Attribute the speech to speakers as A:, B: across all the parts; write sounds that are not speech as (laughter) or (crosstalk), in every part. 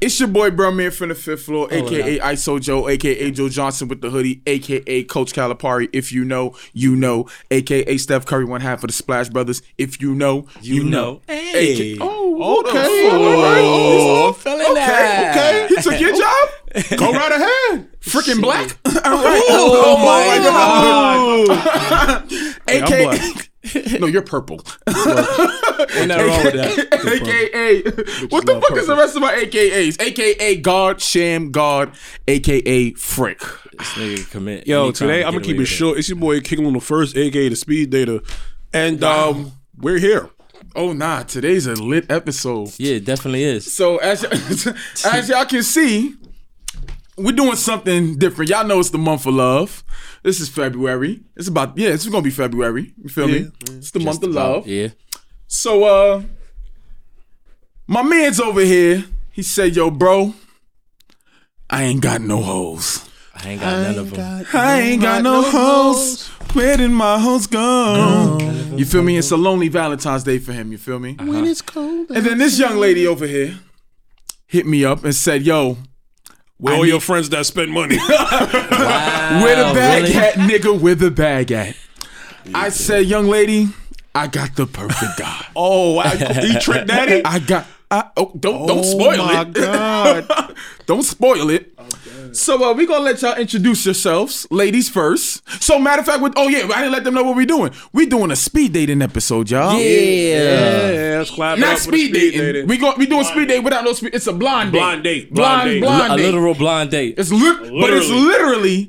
A: It's your boy Bro Man from the fifth floor, aka ISO Joe, aka Joe Johnson with the hoodie, aka Coach Calipari. If you know, you know, aka Steph Curry, one half of the Splash Brothers. If you know, you, know. Hey. Oh, okay. all right.
B: Oh, feeling
A: okay,
B: that.
A: okay. You took your (laughs) job? Go right ahead. Freaking black? All right.
B: Oh, my
C: Oh
A: AKA.
B: I'm
A: (laughs) no, you're purple.
B: Ain't nothing wrong with that.
A: AKA. What the
B: love
A: fuck is the rest of my AKAs? AKA God, Sham God, AKA Frick.
B: This nigga commit.
D: Yo,
B: any crime
D: today
B: to
D: I'm gonna
B: get
D: keep
B: away
D: it
B: with
D: short. It's your boy King on the first, aka the Speed Data, and um, we're here.
A: Oh nah, today's a lit episode.
B: Yeah, it definitely is.
A: So as y- (laughs) as y'all can see, we're doing something different. Y'all know it's the month of love. This is February. It's about yeah, it's gonna be February. You feel me? It's the month of
D: Oh.
A: love.
B: Yeah.
A: So uh my man's over here. He said, yo, bro, I ain't got no hoes.
B: I ain't got none of them.
A: I ain't got no hoes. Where did my hoes go? You feel me? It's a lonely Valentine's Day for him. You feel me?
D: When it's cold,
A: And then this young lady over here hit me up and said, yo,
D: where
A: I
D: all
A: need-
D: your friends that spend (laughs) money?
A: Where the
B: Wow,
A: bag
B: really?
A: at, nigga? Where the bag at? I said, young lady, I got the perfect guy.
D: (laughs) oh, wow. he tricked daddy.
A: I got. I, oh, don't don't spoil
D: my
A: it.
D: God.
A: (laughs) don't spoil it. so uh, we gonna let y'all introduce yourselves, ladies first. So matter of fact, with oh yeah, I didn't let them know what we doing. We doing a speed dating episode, y'all.
B: Yeah.
D: Yeah, let's clap. it
A: Not
D: up for the
A: speed dating.
D: dating.
A: We go, we doing speed date without no speed. It's a blind date.
D: Blind date.
A: Blind
D: Blind
A: blind,
D: date.
B: A
A: date.
B: literal blind date.
A: It's lit, but it's
D: Literally.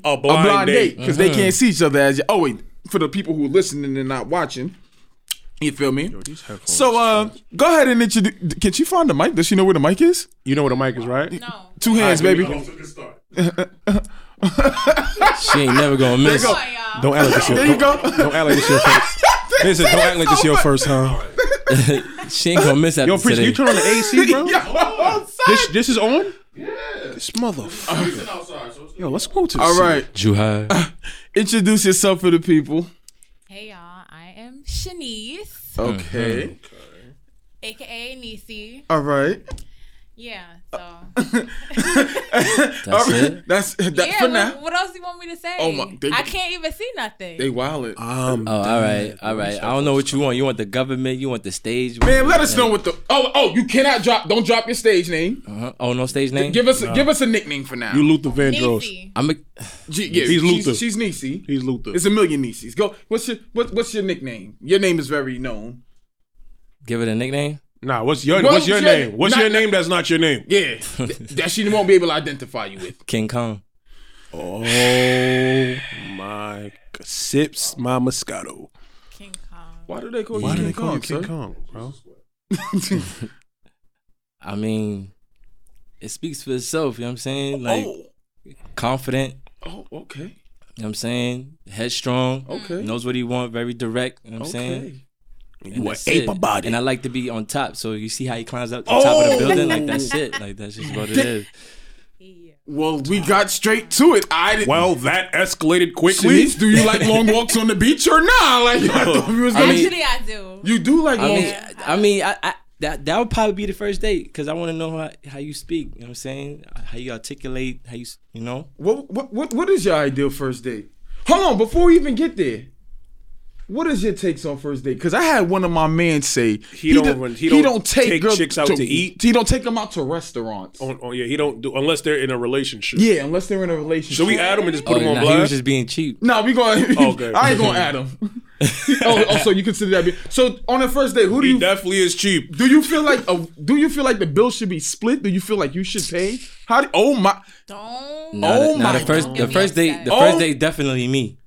A: literally
D: A blind date.
A: because they can't see each other. As oh wait, for the people who are listening and not watching, you feel me? so uh, go ahead and introduce. Can she find the mic? Does she know where the mic is?
D: You know where the mic is, right?
E: No.
A: Two hands, baby.
B: She ain't never gonna miss.
A: go.
E: Sorry, y'all.
D: Don't act like it's your.
A: There you (laughs)
D: Don't, (laughs)
A: go.
D: don't act like it's your first. Listen, don't act like it's your first, huh?
B: (laughs) She ain't gonna miss after
D: Yo, preacher,
B: today.
D: you turn on the AC,
C: (laughs)
D: bro.
A: Yo,
D: This this is on. Yeah. This motherfucker. Yo, let's go to. The
A: All right,
B: Drew High.
A: introduce yourself for the people.
B: Mm-hmm.
E: Hey y'all, I am Shanice,
A: Okay.
E: aka Nisi.
A: All right. (laughs)
E: Yeah, so
B: That's it.
A: That's that
E: yeah.
A: for
E: what,
A: now.
E: what else you want me to say?
A: Oh my- they-
E: I can't even see nothing.
A: They wallet.
D: seat. Um,
B: Oh, all right, all right. I don't know what you want. You want the government? You want the stage?
A: Man, let us know what the oh oh you cannot drop don't drop your stage name.
B: Uh-huh. Oh, no stage name.
A: Give us give us a nickname for now.
D: you Luther Vandross.
E: Nisi.
B: I'm a,
A: G- yeah,
D: He's
A: she's-
D: Luther.
A: She's Niecy.
D: He's Luther.
A: It's a million nieces. Go. What's your what, What's your nickname? Your name is very known.
B: give it a nickname.
D: Nah, what's your
A: Well,
D: what's your
A: yeah,
D: name? What's
A: not-
D: your name? That's not your name.
B: (laughs)
A: Yeah, th- that she won't be able to identify you with.
B: King Kong.
D: Oh my sips, my Moscato.
E: King Kong.
A: Why do they call
B: Why
A: you
B: do
A: King
B: they
A: Kong? sir?
D: Kong, bro?
A: (laughs)
B: I mean, it speaks for itself. You know what I'm saying? Like
A: oh,
B: confident.
A: oh, okay,
B: You know what I'm saying? Headstrong.
A: okay,
B: Knows what he want. Very direct. You know what I'm saying?
A: okay.
B: And
D: You an
B: that's
D: ape
B: it.
D: about
B: And I
D: it.
B: like to be on top. So you see how he climbs up the top of the
A: Oh!
B: building? Like that shit. Like that's just what it is.
E: Yeah.
A: Well, we got straight to it. I didn't.
D: Well, that escalated quickly.
A: Shanice, do you like long walks on the beach or not? Like I thought we was
B: I
A: gonna.
B: mean-
E: Actually, I do.
A: you do like
B: I
A: long.
B: mean, I, I mean, I, I that that would probably be the first date because I want to know how, how you speak. You know what I'm saying? How you articulate? How you s- you know?
A: What, what what what is your ideal first date? Hold on, before we even get there. What is your takes on first date? Because I had one of my men say he,
D: don't
A: do-
D: run- he don't take
A: girls
D: chicks out to eat.
A: He don't take them out to restaurants.
D: Oh, oh, yeah, he don't do unless they're in a relationship.
A: Yeah, unless they're in a relationship.
D: Should we add him and just put
B: Oh,
D: him on
B: nah, he was
D: blast?
B: just being cheap.
A: No, we going. to
D: Okay.
A: (laughs) I ain't gonna add
D: (laughs)
A: him. oh, oh, so you consider that? Be- so on the first date, who do
D: He
A: you
D: definitely is cheap.
A: do you feel like? A, do you feel like the bill should be split? Do you feel like you should pay? How? Do, oh my!
E: Don't.
B: Nah,
A: Oh
B: the- nah,
A: my
B: the first the
E: God.
B: first date the
A: Oh.
B: first date definitely me.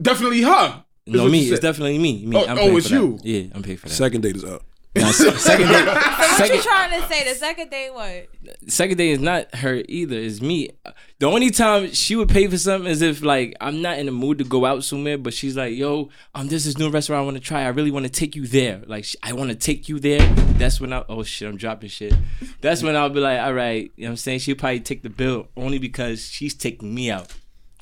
A: Definitely her. is
B: No,
A: what you
B: me. It's
A: said.
B: definitely me. Me.
A: Oh,
B: I'm
A: oh,
B: paying
A: it's
B: for that.
A: you.
B: Yeah, I'm paying for that.
D: Second date is up.
B: Nah, se-
A: (laughs)
B: second date.
E: What you
B: Second,
E: trying to say? The second day, what?
B: second date is not her either. It's me. The only time she would pay for something is if like I'm not in the mood to go out somewhere, but she's like, "Yo, um, there's this new restaurant I want to try. I really want to take you there. Like, sh- I want to take you there." That's when I. Oh shit, I'm dropping shit. That's when I'll be like, "All right," you know what I'm saying? She'll probably take the bill only because she's taking me out,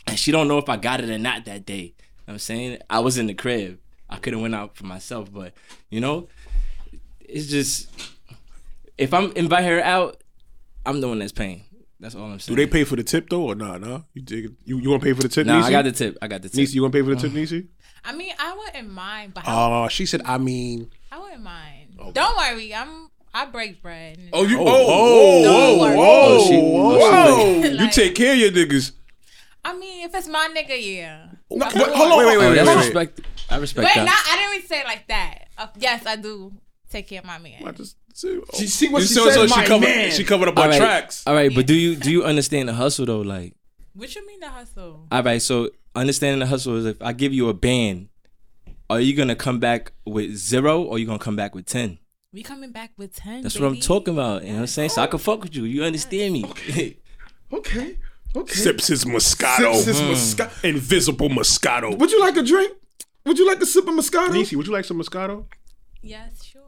B: and (clears throat) she don't know if I got it or not that day. You know what I'm saying I was in the crib. I could have went out for myself, but you know, it's just if I'm invite her out, I'm the one that's paying. That's all I'm saying.
D: Do they pay for the tip though or nah? Nah, you dig it? You you want to pay for the tip?
B: Nah,
D: Niecy?
B: I got the tip. I got the tip.
D: Niecy, you want to pay for the tip, Niecy?
E: I mean, I wouldn't mind, but I,
D: Oh, she said. I mean,
E: I wouldn't mind. Don't worry, I'm. I break bread. and-
A: Oh, you. Oh,
E: Don't
A: oh,
E: worry.
A: oh,
B: Oh, she-
A: whoa,
B: oh,
A: whoa.
D: you take care of your niggas.
E: I mean, if it's my nigga, yeah.
A: No, wait, hold on.
D: Wait, wait, wait,
B: Oh,
D: wait,
B: that's
D: wait.
B: respect. I respect
E: Wait,
B: that.
E: not. I didn't even say it like that. Uh, yes, I do take care of my man.
D: I just see, oh.
A: She see what
D: You
A: she
D: saw-
A: said,
D: so she
A: my
D: covered,
A: man.
D: She covered up
B: all
D: on
B: right.
D: tracks.
B: All right, but do you do you understand the hustle though? Like,
E: What you mean the hustle?
B: all right, so understanding the hustle is if I give you a band, are you gonna come back with zero or you gonna come back with ten?
E: We coming back with ten.
B: That's what I'm talking about. You know what I'm saying? So I can fuck with you. You understand me?
A: Okay. Okay.
D: Sips his Moscato. Hmm.
A: Sips his Mosca-
D: Invisible Moscato.
A: Would you like a drink? Would you like a sip of Moscato?
D: Niecy, would you like some Moscato?
E: Yes, sure.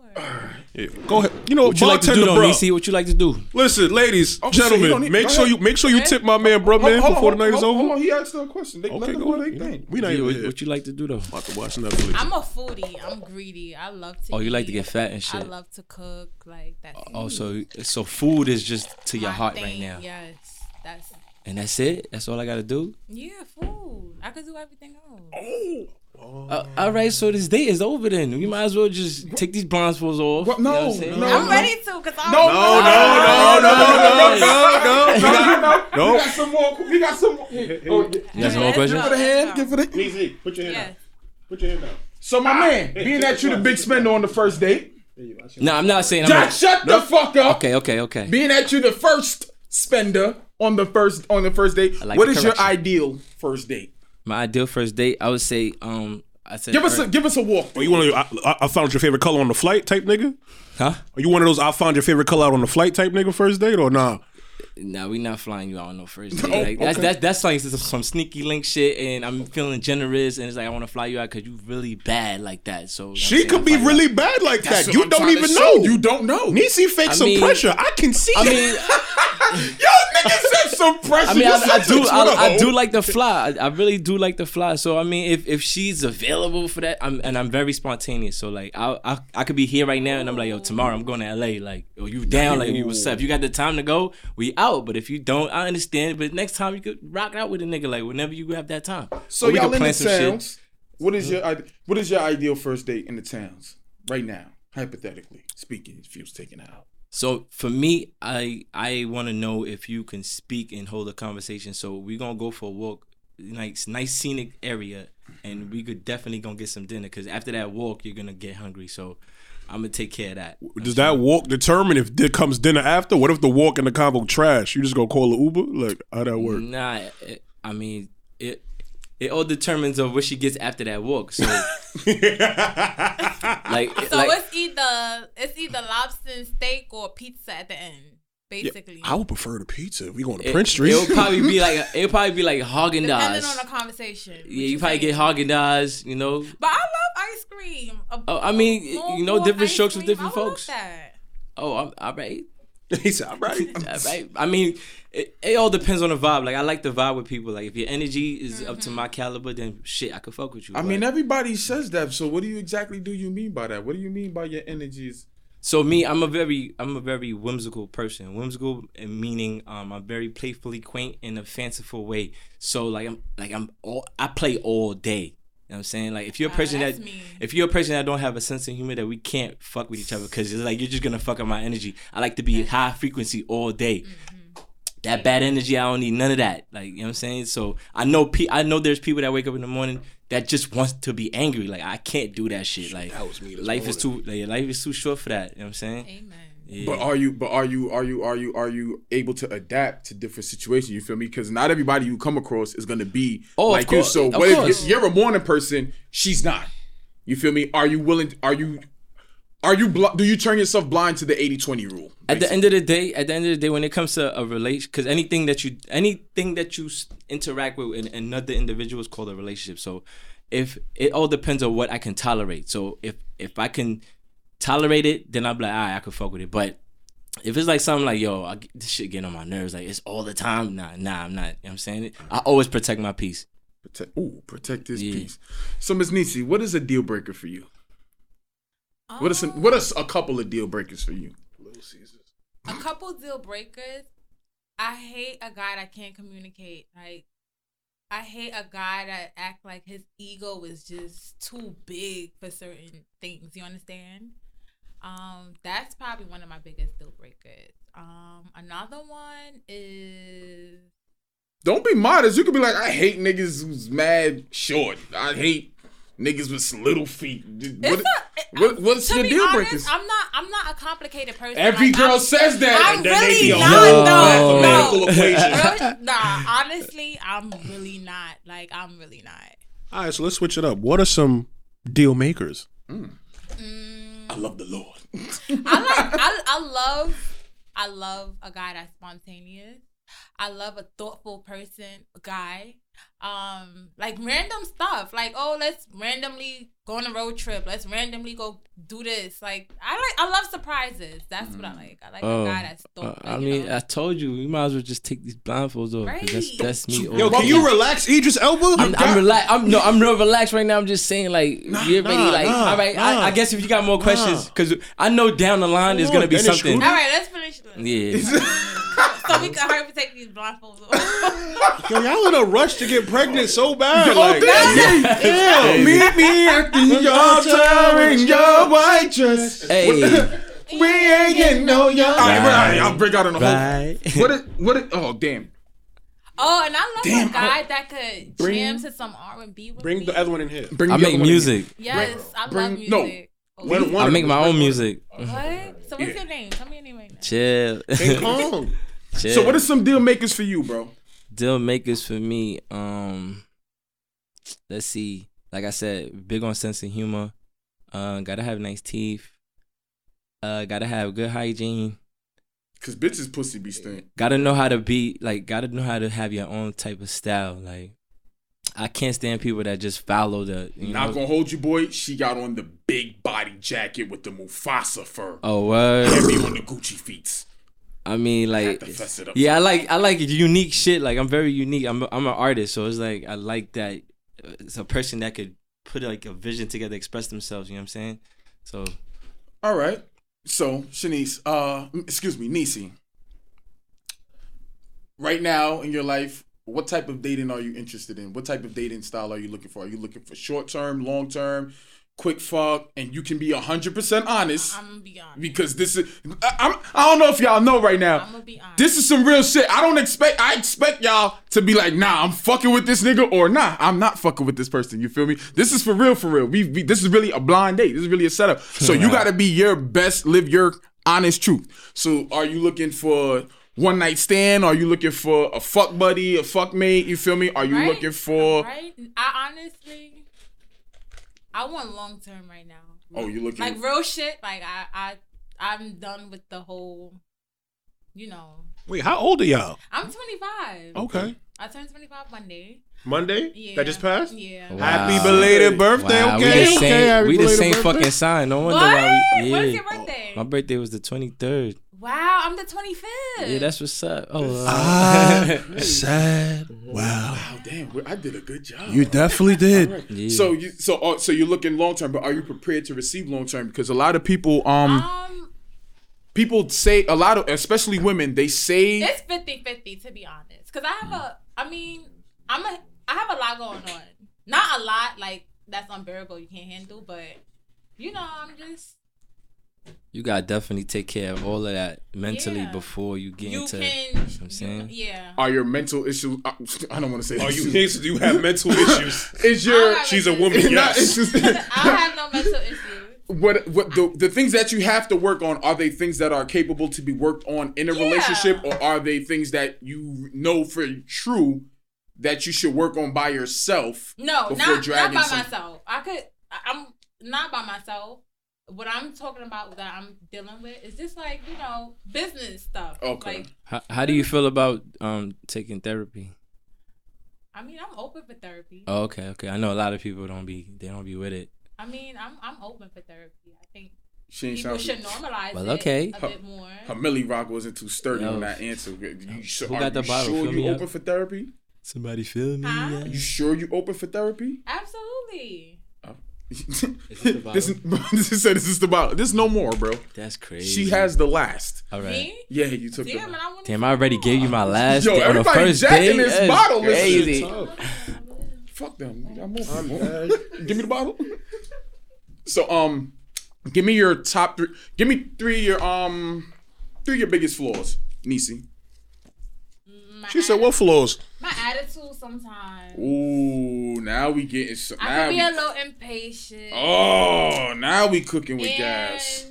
D: Yeah. Go ahead. You know,
B: What you like to do,
D: bartender
B: though,
D: bro.
B: Niecy? What you like to do?
D: Listen, ladies,
A: Oh, shit, you
D: gentlemen,
A: don't need-
D: make
A: go
D: sure
A: ahead.
D: you make sure you
E: Go
D: tip my man, bro, man,
A: Hold-
D: before
A: hold-
D: the night is
A: hold-
D: over.
A: Hold on, he asked her a question. They, let
D: Okay,
A: them
D: go
A: do
D: ahead.
A: their thing.
D: We not
B: Yeah,
D: even
B: what,
D: here.
B: what you like to do though?
D: about to watch Netflix.
E: I'm a foodie. I'm greedy. I love to.
B: Oh, you like to
E: eat.
B: get fat and
E: I
B: shit.
E: love to cook. Like that's
B: Oh, so so food is just to your
E: my
B: heart
E: thing.
B: right now,
E: Yes, that's
B: and that's it. That's all I gotta do.
E: yeah. Food. I could do everything else.
A: Oh,
B: Uh, all right, so this date is over then. We might as well just take these blindfolds off.
A: What?
B: you know what
A: No,
B: I'm saying?
A: no.
E: I'm ready to, cause I'm
A: No, no,
D: no, no, no, (laughs)
A: (laughs)
D: no,
A: No, you know, you got some more. You got some. more- Oh,
B: That's all question.
A: Give it a hand. Give it a
D: Easy. Put your
E: Yes.
D: Put your hand down.
A: So my man, being that you the big spender on the first date,
B: No, I'm not saying. I'm
A: Jack,
B: not,
A: shut the fuck up.
B: okay, okay, okay.
A: Being that you the first spender on the first on the first date,
B: like
A: what
B: the
A: is your
B: correction.
A: ideal first date?
B: My ideal first date, I would say, um, I said,
A: Give us a
B: first-
A: give us a walk.
D: Are you one of your, I, I- I found your favorite color on the flight type nigga?
B: huh?
D: Are you one of those I found your favorite color out on the flight type nigga first date or nah?
B: Nah, we not flying you out on no first date. Like, that's, that's that's like some, some sneaky link shit, and I'm feeling generous, and it's like I want to fly you out because you really bad like that. So I'm
D: She
B: saying
D: could
B: I'll
D: be
B: fly you out.
D: really bad like
A: That's
D: that.
A: what
D: You
A: I'm
D: don't
A: trying to
D: even
A: show.
D: know.
A: You don't know.
D: Niecy fakes some
B: mean-
D: pressure. I can see
B: I
D: it. (laughs)
B: mean,
A: Yo, nigga said some pressure.
B: I mean,
A: You
B: I, I
A: said
B: do,
A: it's
B: I,
A: with a
B: I do
A: hoe.
B: like the fly. I, I really do like the fly. So I mean, if if she's available for that, I'm and I'm very spontaneous. So like, I I, I could be here right now, and I'm like, yo, tomorrow I'm going to LA. Like, oh, you down? Like, you what's up? You got the time to go? We out. But if you don't, I understand. But next time you could rock out with a nigga. Like, whenever you have that time.
A: So
B: Or we
A: y'all
B: could
A: in
B: plan
A: the
B: some shit.
A: towns. What is your ide- what is your ideal first date in the towns right now? Hypothetically speaking, if you was taken out.
B: So for me, I I want to know if you can speak and hold a conversation. So we're gonna go for a walk, nice nice scenic area, and we could definitely gonna get some dinner because after that walk, you're gonna get hungry. So I'm gonna take care of that.
D: Does that walk determine if there comes dinner after? What if the walk and the convo trash? You just gonna call an Uber? Like how that work?
B: Nah, it, I mean it. It all determines of what she gets after that walk. So like
E: So
B: like.
E: it's either it's either lobster and steak or pizza at the end, basically.
D: I would prefer the pizza. If we going to
B: it-
D: Prince Street.
B: It'll probably be like it'll probably be like Haagen
E: Depending on the
B: Dazs.
E: conversation. what
B: Yeah, you probably
E: saying.
B: get Haagen Dazs. You know,
E: But I love ice cream. A-
B: Oh, I mean,
E: a full
B: you know,
E: bowl of
B: different
E: ice
B: strokes with
E: cream,
B: different
E: I would
B: folks.
E: Love that.
B: oh, I'm all right.
D: (laughs) he said, "All right."
B: Yeah, right? I mean, it, it all depends on the vibe. Like, I like the vibe with people. Like, if your energy is up
E: Mm-hmm.
B: to my caliber, then shit, I could fuck with you.
A: I
B: But-
A: mean, everybody says that. So, what do you exactly do you mean by that? What do you mean by your energies?
B: so me, I'm a very, I'm a very whimsical person. Whimsical uh, meaning, um, I'm very playfully quaint in a fanciful way. So like, I'm like, I'm all, I play all day. You know what I'm saying? Like, if you're a person
E: Ah, that's
B: that,
E: mean.
B: if you're a person that don't have a sense of humor, that we can't fuck with each other because it's like you're just gonna fuck up my energy. I like to be high frequency all day. that bad energy. I don't need none of that. Like you know what I'm saying. So I know pe- I know there's people that wake up in the morning that just wants to be angry. Like I can't do that shit. Like life is too like, life is too short for that. You know what I'm saying.
E: Amen.
B: Yeah.
A: But are you? But are you? Are you? Are you? Are you able to adapt to different situations? You feel me? Because not everybody you come across is gonna be
B: Oh, of
A: like you.
B: course.
A: So,
B: Of
A: what if
B: course.
A: you- you're a morning person? She's not. You feel me? Are you willing? Are you? Are you? Bl- do you turn yourself blind to the 80-20 rule?
B: at the end of the day, at the end of the day, when it comes to a relation, because anything that you anything that you s- interact with in another individual is called a relationship. So, if it all depends on what I can tolerate. So if if I can tolerate it, then I'm like, all right, I can fuck with it. But if it's like something like, yo, I, get- this shit getting on my nerves, like it's all the time. Nah, nah, I'm not. You know what I'm saying I always protect my peace.
A: Protect, ooh, protect this
B: Yeah.
A: piece. So, Miss Nisi, what is a deal breaker for you? What is some, what is a couple of deal breakers for you?
E: a couple deal breakers. I hate a guy that can't communicate. Like, I hate a guy that act like his ego is just too big for certain things. You understand? Um, that's probably one of my biggest deal breakers. Um, another one is
A: Don't be modest. You could be like, I hate niggas who's mad short. I hate niggas with little feet. What-
E: It's not-
A: what- what's
E: to
A: your
E: be
A: deal
E: honest,
A: breakers?
E: I'm not. I'm not a complicated person.
A: Every
E: Like,
A: girl
E: I'm-
A: says that.
E: I'm
A: and then they
E: really
A: be a
E: not
A: whole
E: though.
A: mathematical
E: No.
A: equation.
E: Really- nah, honestly, I'm really not. Like, I'm really not.
D: All right, so let's switch it up. What are some deal makers?
A: I love the (laughs) Lord.
E: I like. I, I love. I love a guy that's spontaneous. I love a thoughtful person, guy. Um, like random stuff. Like, oh, let's randomly go on a road trip. Let's randomly go do this. Like, I like. I love surprises. That's what I like. I like
B: Oh,
E: a guy that's thoughtful.
B: I
E: you
B: mean, uh,
E: know?
B: I told you, we might as well just take these blindfolds off. 'cause That's,
E: Right.
B: that's me.
A: Yo,
B: all
A: can
B: day.
A: you
D: relax, Idris Elba?
B: I'm, I'm relaxed. I'm no, I'm real relaxed right now. I'm just saying, like, you already
D: nah,
B: like,
D: nah,
B: all right.
D: nah.
B: I, I guess if you got more questions, because I know down the line there's
D: Come on,
B: gonna be
D: Dennis
B: something.
E: All right, let's finish. this.
D: (laughs)
B: Yeah,
E: (laughs) So we can hurry up and take these blindfolds off. (laughs)
D: Yo, y'all in a rush to get pregnant so bad. like,
A: Damn, meet me at the altar in your white dress.
B: hey,
A: We ain't getting no young. All right, all right, I'll break out on the whole.
D: (laughs)
B: bye.
A: What? It, what? It, oh, damn.
E: oh, and I love
A: Damn,
E: a guy that could
A: Bring-
E: jam to some R and B.
D: Bring the other one in here.
A: Bring
B: I
A: the other one
B: make
A: in here.
B: music.
E: Yes, I
A: bring-
E: love
A: no.
E: music. Oh,
D: One- one
B: I
D: of
B: make
D: them.
B: my own music.
E: What? So what's
A: Yeah.
E: your name? Tell me your name right now.
D: (laughs)
B: Chill, (laughs)
D: King Kong.
B: chill.
A: So, what are some deal makers for you, bro?
B: deal makers for me? Um, let's see. Like I said, big on sense of humor. Uh, gotta have nice teeth. Uh, gotta have good hygiene.
A: Cause bitches pussy be stink.
B: gotta know how to be like gotta know how to have your own type of style like i can't stand people that just follow the you
A: Not
B: know
A: gonna hold you, boy. She got on the big body jacket with the Mufasa fur.
B: oh word
A: Heavy on the Gucci feet.
B: i mean like
A: to fess it up.
B: yeah i like i like unique shit like i'm very unique i'm i'm an artist so it's like i like that uh, it's a person that could put like a vision together express themselves you know what i'm saying so
A: All right. So, Shanice, uh, m- excuse me, Nisi. Right now in your life, what type of dating are you interested in? What type of dating style are you looking for? Are you looking for short term, long term, quick fuck? And you can be hundred percent honest
E: I'm gonna be honest.
A: because this is I, I'm I don't know if y'all know right now.
E: I'm gonna be honest.
A: This is some real shit. I don't expect. I expect y'all to be like, nah, I'm fucking with this nigga, or nah, I'm not fucking with this person. You feel me? This is for real, for real. We, we this is really a blind date. This is really a setup. So you gotta be your best, live your honest truth. So are you looking for one night stand? Are you looking for a fuck buddy, a fuck mate? You feel me? Are you
E: Right?
A: looking for?
E: right? I honestly, I want long term right now.
A: Oh, you looking?
E: Like real shit. Like I, I, I'm done with the whole. You know,
D: Wait, how old are y'all?
E: I'm 25.
B: Oh.
D: Okay.
E: I turned 25 one day.
D: Monday?
E: Yeah.
D: That just passed?
E: Yeah.
B: Oh.
D: Happy belated birthday.
B: Wow,
D: okay.
B: we the same,
D: okay. happy
B: we the
D: belated
B: same
D: birthday.
B: fucking sign no wonder
E: What?
B: why we, yeah.
E: When's your birthday?
B: my birthday was the 23rd
E: wow, I'm the 25th.
B: yeah that's what's up oh wow. (laughs)
D: Ah, sad. Wow.
A: oh damn, well, I did a good job.
D: You definitely did.
B: Yeah.
A: So you so uh, so you're looking long term, but are you prepared to receive long term? Because a lot of people um
E: um,
A: people say a lot of especially women they say
E: it's 50-50 to be honest. Cause I have a, I mean, I'm a, I have a lot going on. Not a lot like that's unbearable. You can't handle, but you know, I'm just
B: You gotta definitely take care of all of that mentally
E: Yeah.
B: before you get
E: you
B: into.
E: can.
B: I'm
E: you-
B: saying?
E: yeah.
A: are your mental issues. I, I don't want to say.
D: Are you
A: issues.
D: kids? Do you have mental issues?
A: Is
E: I
A: your
E: don't have
A: she's
D: She's a woman.
A: (laughs) not
D: Yes.
A: issues.
E: I don't have no mental issues.
A: what what the the things that you have to work on are they things that are capable to be worked on in a
E: Yeah.
A: relationship, or are they things that you know for true that you should work on by yourself?
E: No,
A: Before
E: not, not
A: dragging
E: by
A: some-
E: myself. I could. I- I'm not by myself. What I'm talking about that I'm dealing with is just like you know business stuff.
A: Okay.
E: Like
B: How, how do you feel about um taking therapy?
E: I mean, I'm open for therapy.
B: Oh, okay, okay. I know a lot of people don't be they don't be with it.
E: I mean, I'm I'm open for therapy. I think
A: She ain't
E: people
A: sound.
E: should normalize
B: Well,
E: it
B: okay.
E: a bit more.
A: Her Millie Rock wasn't too sturdy
B: No.
A: on that answer. You sure,
B: Who
A: are
B: got the
A: you
B: bottle?
A: sure
B: Fill
A: you
B: me up.
A: open for therapy?
B: Somebody feel me?
E: Huh?
A: You sure you open for therapy?
E: Absolutely.
A: Oh,
B: the bottom?
A: (laughs) this, this is this is the bottom. This is no more, bro.
B: That's crazy.
A: She has the last.
B: All right.
E: Me?
A: Yeah, you took
E: Damn, and
A: the.
E: I wanted
B: Damn,
E: some
B: I already gave you my
E: more.
B: last.
A: Yo,
B: day on the
A: everybody
B: first
A: jacking
B: day.
A: this
B: That's
A: bottle. This shit
B: Crazy.
A: Fuck them. I'm moving. give me the bottle. so um, give me your top three. Give me three of your um, three of your biggest flaws, Nisi.
E: My
D: She said, "What flaws?"
E: My attitude sometimes.
A: Ooh, now we getting some.
E: I
A: Now
E: can be
A: we,
E: a little impatient.
A: oh, now we cooking with
E: and,
A: gas.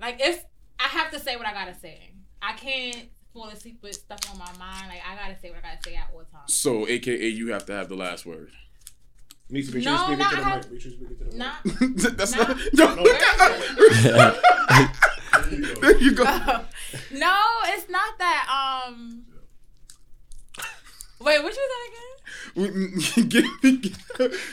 E: Like if I have to say what I gotta say, I can't fall asleep with stuff on my mind. Like I gotta say what I gotta say at all times.
A: So, AKA, you have to have the last word. (laughs)
C: Need to be
E: No,
C: sure you
E: no,
C: speak it to
E: I
C: the
E: have-
C: mic. Make sure you speak it to the
E: Not. (laughs)
A: That's
E: Nah.
A: not. (laughs) Yo, look at (laughs) There you go.
E: no, it's not that. Um. Wait, what you
A: (laughs)
E: said
A: Give me-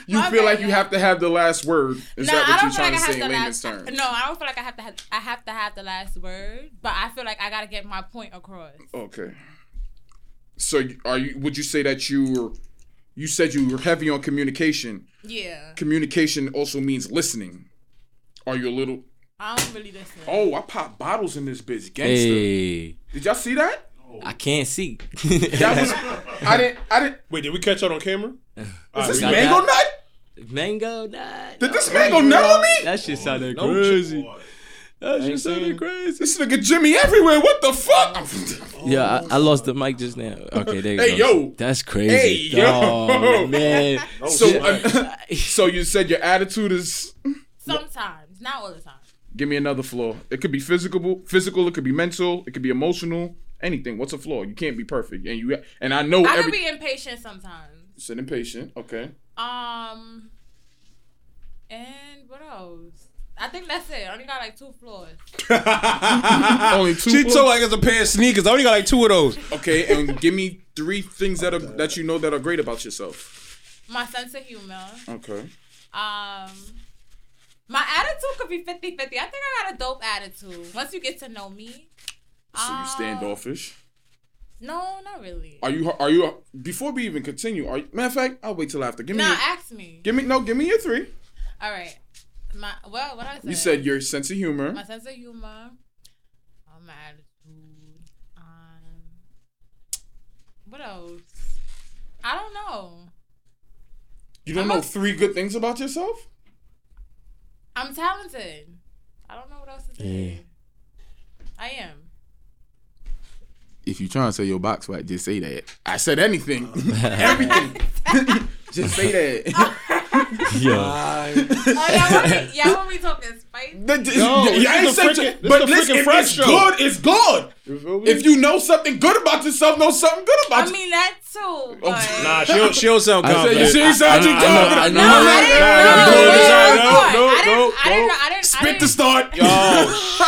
A: you
E: My
A: feel
E: bad,
A: like you
E: yeah.
A: have to have the last word. Is
E: again? No,
A: that
E: I
A: what
E: don't
A: you're
E: feel like
A: trying
E: I
A: to
E: have
A: say
E: the
A: in layman's
E: last.
A: terms?
E: No, I don't feel like I have to. Have, I have to have the last word, but I feel like I gotta get my point across.
A: Okay. So, you- are you? Would you say that you were? You said you were heavy on communication.
E: Yeah,
A: Communication also means listening. Are you a little?
E: I don't really listen.
A: Oh, I pop bottles in this bitch, gangster.
B: Hey,
A: Did y'all see that?
B: I can't see.
A: That was. I didn't. I didn't.
D: Wait, did we catch that on camera?
A: Is this
B: got
A: mango
B: that.
A: nut?
B: (laughs) mango. Nah,
A: Did this mango nut on me?
B: That shit sounded
C: mic.
B: crazy.
C: Oh,
B: That shit sounded
D: saying-
B: crazy.
A: This nigga Jimmy everywhere. What the fuck?
B: Yeah, I, I lost the mic
A: (laughs)
B: just now. Okay, there you
A: Hey,
B: go.
A: yo.
B: That's crazy.
A: Hey, yo. (laughs)
B: Oh, man.
A: so,
B: shit.
A: uh, (laughs) so you said your attitude is.
E: Sometimes, not all the time.
A: Give me another flaw. It could be physical, physical. It could be mental. It could be emotional. Anything. What's a flaw? You can't be perfect, and you and I know
E: I
A: every.
E: could be impatient sometimes.
A: Sit impatient. Okay.
E: Um, and what else? I think that's it. I only got like two floors.
A: Only two.
D: She
A: flaws?
D: told like it's a pair of sneakers. I only got like two of those.
A: okay, and give me three things that are that you know that are great about yourself.
E: My sense of humor.
A: Okay.
E: Um, my attitude could be 50 50. I think I got a dope attitude. Once you get to know me.
A: So you
E: Um,
A: standoffish.
E: No, not really.
A: Are you? Are you? Before we even continue, are you, matter of fact, I'll wait till after. Give me.
E: No,
A: your,
E: ask me.
A: give me no. Give me your three.
E: All right. My well, what I said.
A: You said your sense of humor.
E: my sense of humor, um, my attitude. Um, what else? I don't know.
A: You don't
E: I'm
A: know
E: a-
A: three good things about yourself?
E: I'm talented. I don't know what else to say.
B: Yeah.
E: I am.
A: If you trying to sell your box right, just say that. I said anything. Everything. (laughs) just say
D: (laughs)
A: that.
B: Yo.
E: Oh, y'all want me, y'all want me talking spice?
A: That just-
D: No,
A: yeah,
D: this
A: I
D: is
A: ain't
D: a
A: said
D: frickin-
A: you-
D: this
A: but
D: is a
A: listen,
D: frickin'
A: if
D: French
A: it's
D: show.
A: good, it's good.
D: You feel me?
A: If you know something good about yourself, know something good about
E: I
A: you.
E: mean that too, but
D: Nah, she don't, she don't sound
B: I said,
D: confident.
A: you see, you sound you
B: I know- I know-
A: talking.
B: I know-
E: no, I didn't
D: Nah, nah,
E: know.
D: nah,
E: Wait,
D: nah,
E: hold
D: nah,
E: on. I
D: nah,
E: didn't- I didn't
D: nah,
E: know. I didn't. I
A: Spit
E: didn't-
A: the start.
D: Oh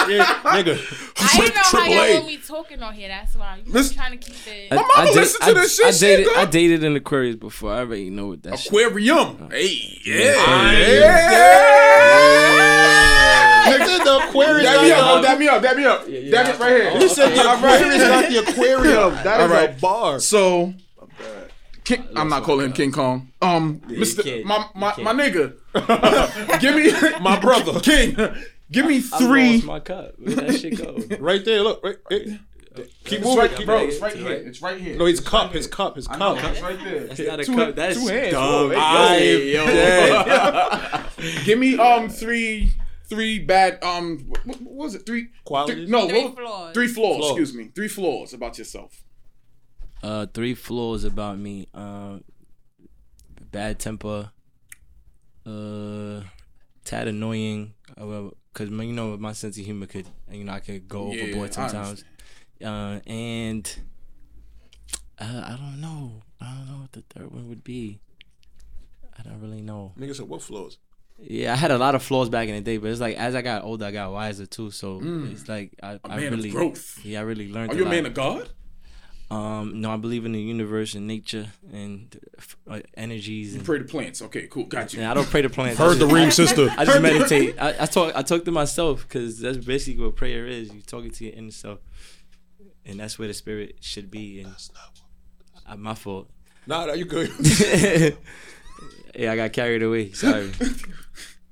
D: shit, nigga.
E: I didn't know how
D: Triple
E: y'all
D: A.
E: want me talking on here. That's why you
A: Listen-
E: trying to keep it.
A: mama
B: I,
A: listened to this shit,
B: I
A: she
B: dated,
A: good.
B: I dated an Aquarius before. I already know what that shit
A: Aquarium. Hey, yeah.
D: I-
A: yeah.
C: said the Aquarius.
A: Dab me up, oh, dab me up, dab me up. Dab it right here.
C: He said the
A: All right.
C: Aquarius, not the aquarium. That
A: All
C: is
A: right.
C: a bar.
D: (laughs)
A: So, King, I'm not calling him King Kong. Um, Mr.
B: can't.
A: My my,
B: You
A: my nigga, give me
D: My (laughs) brother.
A: King. Give me
B: I lost
A: three.
B: my cup. Where that
A: (laughs)
B: shit go?
D: Right there, look. Right, right. Keep
A: It's right,
D: moving,
A: bro.
B: right
A: It's right
B: here.
A: here. It's right here.
D: No, his cup, his cup, his
A: I know,
D: cup.
A: it's right there.
B: That's not a
A: Two-
B: cup. That's
A: two hands.
B: dumb.
A: Whoa,
B: I-
A: hey, (laughs)
B: yo.
A: Give me um three three bad um what, what was it three
D: Qualities?
A: three- no
E: Three
A: what-
E: flaws.
A: three flaws,
D: Flaws.
A: excuse me three flaws about yourself
B: Uh, three flaws about me. Um, bad temper. Uh, tad annoying. Uh, well, Cause my- you know with my sense of humor could you know I could go
A: Yeah,
B: overboard
A: I
B: sometimes. Uh, and uh, I don't know. I don't know what the third one would be. I don't really know.
D: Nigga said what flows?
B: Yeah, I had a lot of flaws back in the day, but it's like as I got older, I got wiser too. So it's like I,
A: Mm.
B: I
A: man of
B: really
A: growth.
B: Yeah, I really learned.
A: are you
B: a
A: a
B: lot.
A: man of God
B: Um, no, I believe in the universe and nature and uh, energies. And,
A: pray to plants okay cool got you
B: and I don't
A: (laughs)
B: pray to plants. I
D: (laughs) Heard the
B: (laughs) just,
D: ring, sister.
B: I just meditate. I, I talk. I talk to myself because that's basically what prayer is. You talking to your inner self, and that's where the spirit should be. And uh, my fault. (laughs)
D: Nah, nah, you good.
B: yeah, I got carried away. Sorry.
A: (laughs)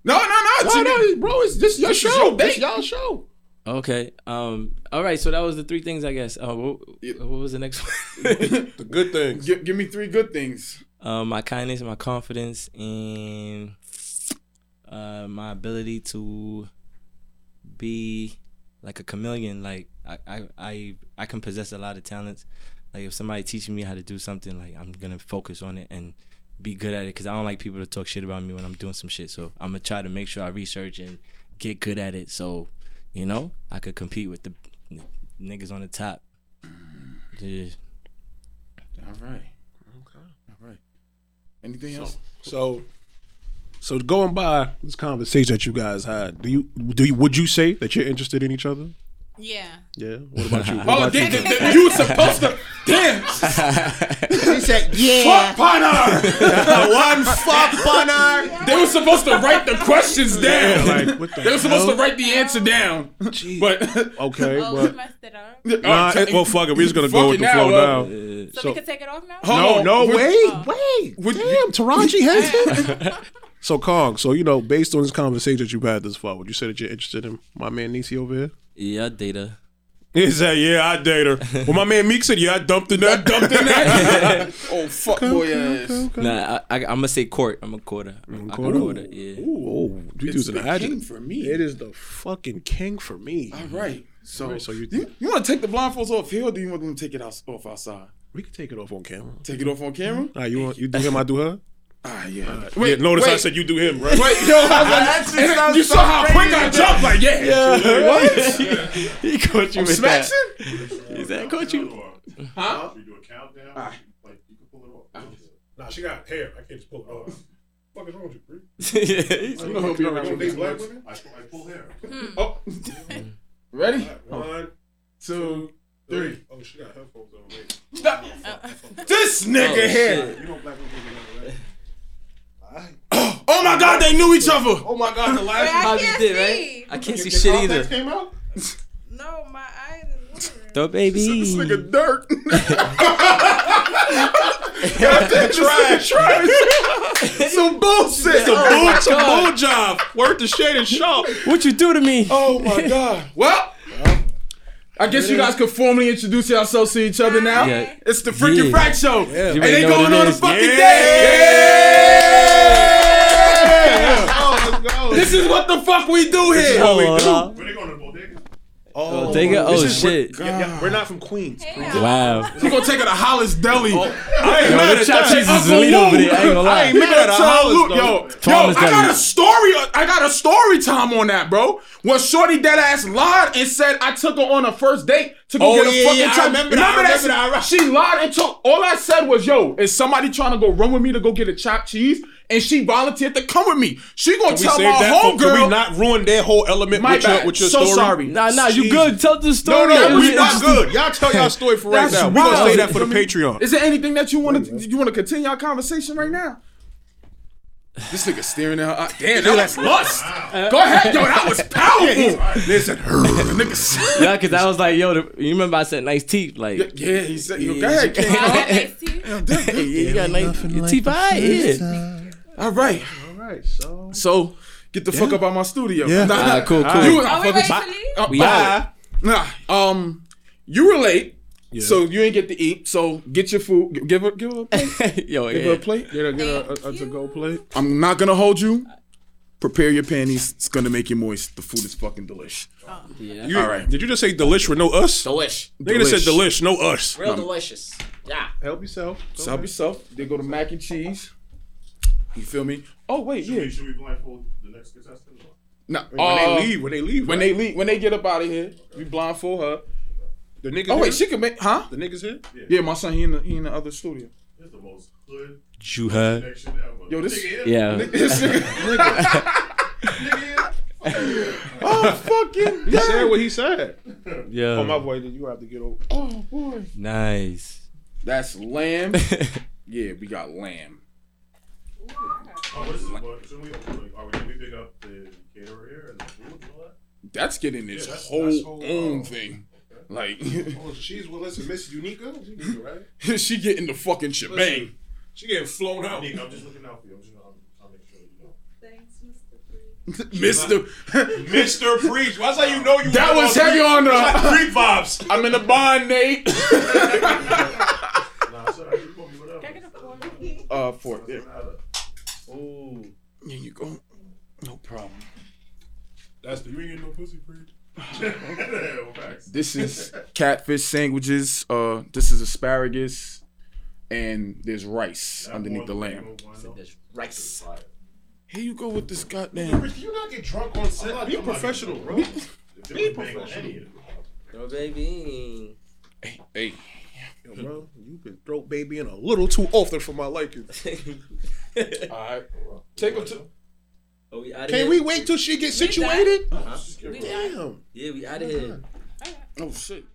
A: No, no, no.
C: No,
A: Jimmy.
C: no, bro, it's this your
A: This is
C: show.
A: your
C: This
A: bait.
C: y'all show.
B: Okay. Um. All right. So that was the three things, I guess. Uh, what, what was the next one?
D: The good things.
A: (laughs) Gi- give me three good things.
B: um, my kindness, my confidence, and uh, my ability to be like a chameleon. Like I, I, I, I can possess a lot of talents. Like if somebody teaching me how to do something, like I'm gonna focus on it and be good at it. Cause I don't like people to talk shit about me when I'm doing some shit. So I'm gonna try to make sure I research and get good at it. So you know I could compete with the n- niggas on the top. Yeah.
A: All right. All right. Anything else?
D: So, so going by this conversation that you guys had, do you do you would you say that you're interested in each other?
E: Yeah.
D: Yeah. What about (laughs) you? What
A: Oh,
D: about you?
A: damn, damn, you were supposed to. Damn.
C: He said, yeah.
A: Fuck punter. (laughs)
C: One fuck bunner.
A: They were supposed to write the questions down.
D: Yeah, like, what the
A: they were supposed to
D: hell?
A: write the answer down. But (laughs) oh,
D: Okay,
E: Oh, we
D: but
E: messed it up.
D: nah, it- well, (laughs) fuck it. We're just gonna
A: Fuck
D: go with
A: it
D: the
A: now,
D: flow
A: well.
D: now.
E: So,
D: So-
E: we can take it off now?
A: Hold
D: No,
A: on.
D: no, uh,
A: Would-
D: Oh, wait, wait.
A: would-
D: Damn, (laughs) Taraji Henson. so Kong, so you know, based on this conversation that you've had this far, would you say that you're interested in my man Nisi over here?
B: Yeah, data.
D: He said, "Yeah, I date her." Well, my man Meek said, "Yeah, I dumped in that, dumped in (laughs) that."
A: oh, fuck boy ass.
B: Nah, I, I, I'm gonna say court. I'm a quarter. I'm a quarter. quarter. Yeah.
D: Ooh, oh, you
A: It's
D: using
A: the
D: an
A: king
D: adjective.
A: for me.
D: It is the fucking king for me.
A: All right. So,
D: so
A: you,
D: you-
A: you, want to take the blindfolds off here or do you want them to take it out, off outside?
D: We can take it off on camera.
A: Take it off on camera?
D: All right, you want you do him? I do her.
A: Ah, yeah.
D: Wait, notice I
A: wait.
D: said you do him, (laughs)
A: (laughs)
D: right?
A: Wait, yo, I was like, and then you saw how quick I jumped. Like, yeah. What?
B: He caught you
A: I'm smashing?
B: He said, caught you.
A: Huh?
F: You do a countdown.
D: Ah.
F: Like you can pull it off.
D: Nah, she got hair. I can't just pull it off. Fuck is wrong with you, bro?
A: You know he'll be around these black women.
F: I, I pull hair.
A: Oh.
B: Mm.
A: Ready? Oh.
D: One,
A: Two, three.
D: Oh, she got headphones on.
A: This nigga
B: Oh, shit.
A: here.
F: You know black women do that, right?
A: Oh my god, they knew each other.
C: Oh my God, the
E: Wait, I
C: last.
B: Probably
E: can't
B: did,
E: see.
B: right? I can't see
C: Your
B: shit
C: contacts
B: either.
C: Came out?
E: No, my eyes is watering.
B: The
A: This
B: baby.
A: nigga
B: (laughs)
A: dirt.
D: Trash, trash.
A: (laughs) Some bullshit. Oh.
D: It's a bull, it's a bull job. Worth the shade and sharp.
B: What you do to me?
A: Oh my god. Well, I guess you guys can formally introduce yourselves to each other now.
B: Yeah.
A: It's the freaking
B: Yeah.
A: Frack Show.
B: You
A: And
B: already
A: they
B: know what
A: going
B: it
A: on a
B: is.
A: fucking
D: Yeah.
A: day.
C: Oh, let's go.
A: This is what the fuck we do here.
B: Oh, uh,
F: Where they going to bodega?
B: oh, take it. Oh shit.
D: We're not from Queens.
E: Yeah.
B: Wow.
A: We're gonna take her to Hollis Deli.
D: Oh, I ain't
B: Yo,
D: mad
B: them
D: at
B: chopped
D: that.
B: cheeses is
D: Uncle
B: elite over
D: Lou.
B: there. I ain't gonna
D: I
B: lie.
D: ain't mad at Hollis,
A: Salute,
D: though.
A: yo, yo, I
B: Thomas
A: got
B: Deli.
A: a story. uh, I got a story time on that, bro. When Shorty dead ass lied and said I took her on a first date to go
D: Oh,
A: get a
D: yeah,
A: fucking
D: yeah, I
A: chop.
D: remember that, I
A: shit?
D: remember that.
A: She lied and took. All I said was, "Yo, is somebody trying to go run with me to go get a chopped cheese?" And she volunteered to come with me. She gonna
D: We
A: tell
D: saved
A: my
D: that for, Can we
A: homegirl.
D: not ruin their whole element
A: My
D: with your,
A: bad.
D: with your
A: so
D: story?
A: sorry.
B: Nah, nah. You
D: Jesus.
B: good? Tell the
D: No,
B: story.
D: no,
B: It
D: no,
B: was
D: we not
B: interesting.
D: good. Y'all tell y'all story for right
A: That's
D: now. We gonna
A: wild.
D: say that for the
A: You know what I
D: Patreon.
A: Is there anything that you want to you want to continue our conversation right now? This nigga staring at her. eye. Damn, that was lust. Go ahead, yo,
D: (laughs)
A: that was powerful.
D: Listen,
A: (laughs) Nigga, (laughs)
B: Yeah, cause I was like, yo, the, you remember I said nice teeth, like.
A: yeah, yeah, he said, yo, go ahead, King.
E: Wow, that makes teeth.
B: Yeah, you got nice your teeth. I yeah.
A: All right,
D: All right, so
A: so get the fuck up out my studio.
D: Yeah.
A: Nah, nah.
B: Alright, cool, cool.
A: You,
E: Are we ready to
A: Bye.
E: leave?
A: Uh,
B: We
A: bye.
B: out.
A: Nah, um, you were late, so you ain't get to eat. So get your food. G- Give her, give her a plate.
B: (laughs) yo,
A: Give her a
B: yeah.
A: plate.
D: get a get
E: Thank
D: a, a, a to go plate.
A: I'm not gonna hold you. Prepare your panties. It's gonna make you moist. The food is fucking delish.
D: You,
A: All right.
D: Did you just say delish with no us?
G: Delish.
D: They just said delish, no us.
G: Real delicious. Yeah.
D: Help yourself.
A: So help yourself. They go to mac and cheese. You feel me? Oh wait,
F: Should
A: yeah.
F: we, should we blindfold the next contestant? Or?
A: Nah,
D: When
A: uh,
D: they leave, when they leave,
A: when
D: right?
A: they leave, when they get up out of here, we blindfold her.
D: the niggas.
A: Oh wait,
D: here?
A: she can make, huh?
D: the niggas here.
A: Yeah, my son, he in the, he in the other studio.
F: This is the most hood
B: You heard?
F: connection ever.
A: Yo, (laughs) this-
D: (laughs)
F: Nigga,
B: Yeah.
A: This nigga-
F: nigga,
A: oh fucking
D: He said what he said. Oh my
B: Yeah.
D: boy, then you have to get over.
A: Oh boy.
G: (laughs)
B: Nice.
A: That's lamb. Yeah, we got lamb.
F: Oh, what is this? What, should we, like, are we, can we pick up the caterer here and the food and all that?
A: That's getting its
F: Yeah, that's-
A: whole
F: that's whole-
A: own
F: oh,
A: thing. Like
C: Oh, she's with us and Miss Unica. She Unica,
A: (laughs)
C: right?
A: she getting the fucking shebang.
D: She getting flown
F: I
C: (laughs)
D: out.
F: need, I'm just looking out for you. I'm just, I'm, I'll make sure you know.
E: Thanks, Mr. Free.
A: Mister. (laughs)
F: Mr. Preach. Why that you know you
A: That was
F: on
A: heavy
F: Preach-
A: on the- (laughs)
F: that's like Preach vibes.
A: I'm in the bond, Nate. (coughs)
F: Nah, sorry, you call me whatever.
A: uh, four. Yeah.
F: Ooh,
A: Here you go. No problem.
F: that's the you ain't getting no
A: (laughs)
F: pussy,
C: (laughs)
F: Preach. Facts.
A: This is catfish sandwiches. Uh, this is asparagus, and there's rice underneath the lamb.
G: Rice.
A: Here you go with this goddamn.
C: You not get drunk on set. Be professional, bro.
F: Be professional.
B: No
G: (laughs)
B: baby.
A: Hey, hey.
D: Yo, bro, you've been throat babying a little too often for my liking.
A: All right. Take him to.
G: Are Oh, we out of
D: Can
G: here?
D: we wait till she gets situated?
E: We done.
D: Damn.
G: Yeah, we out of here.
A: Oh shit.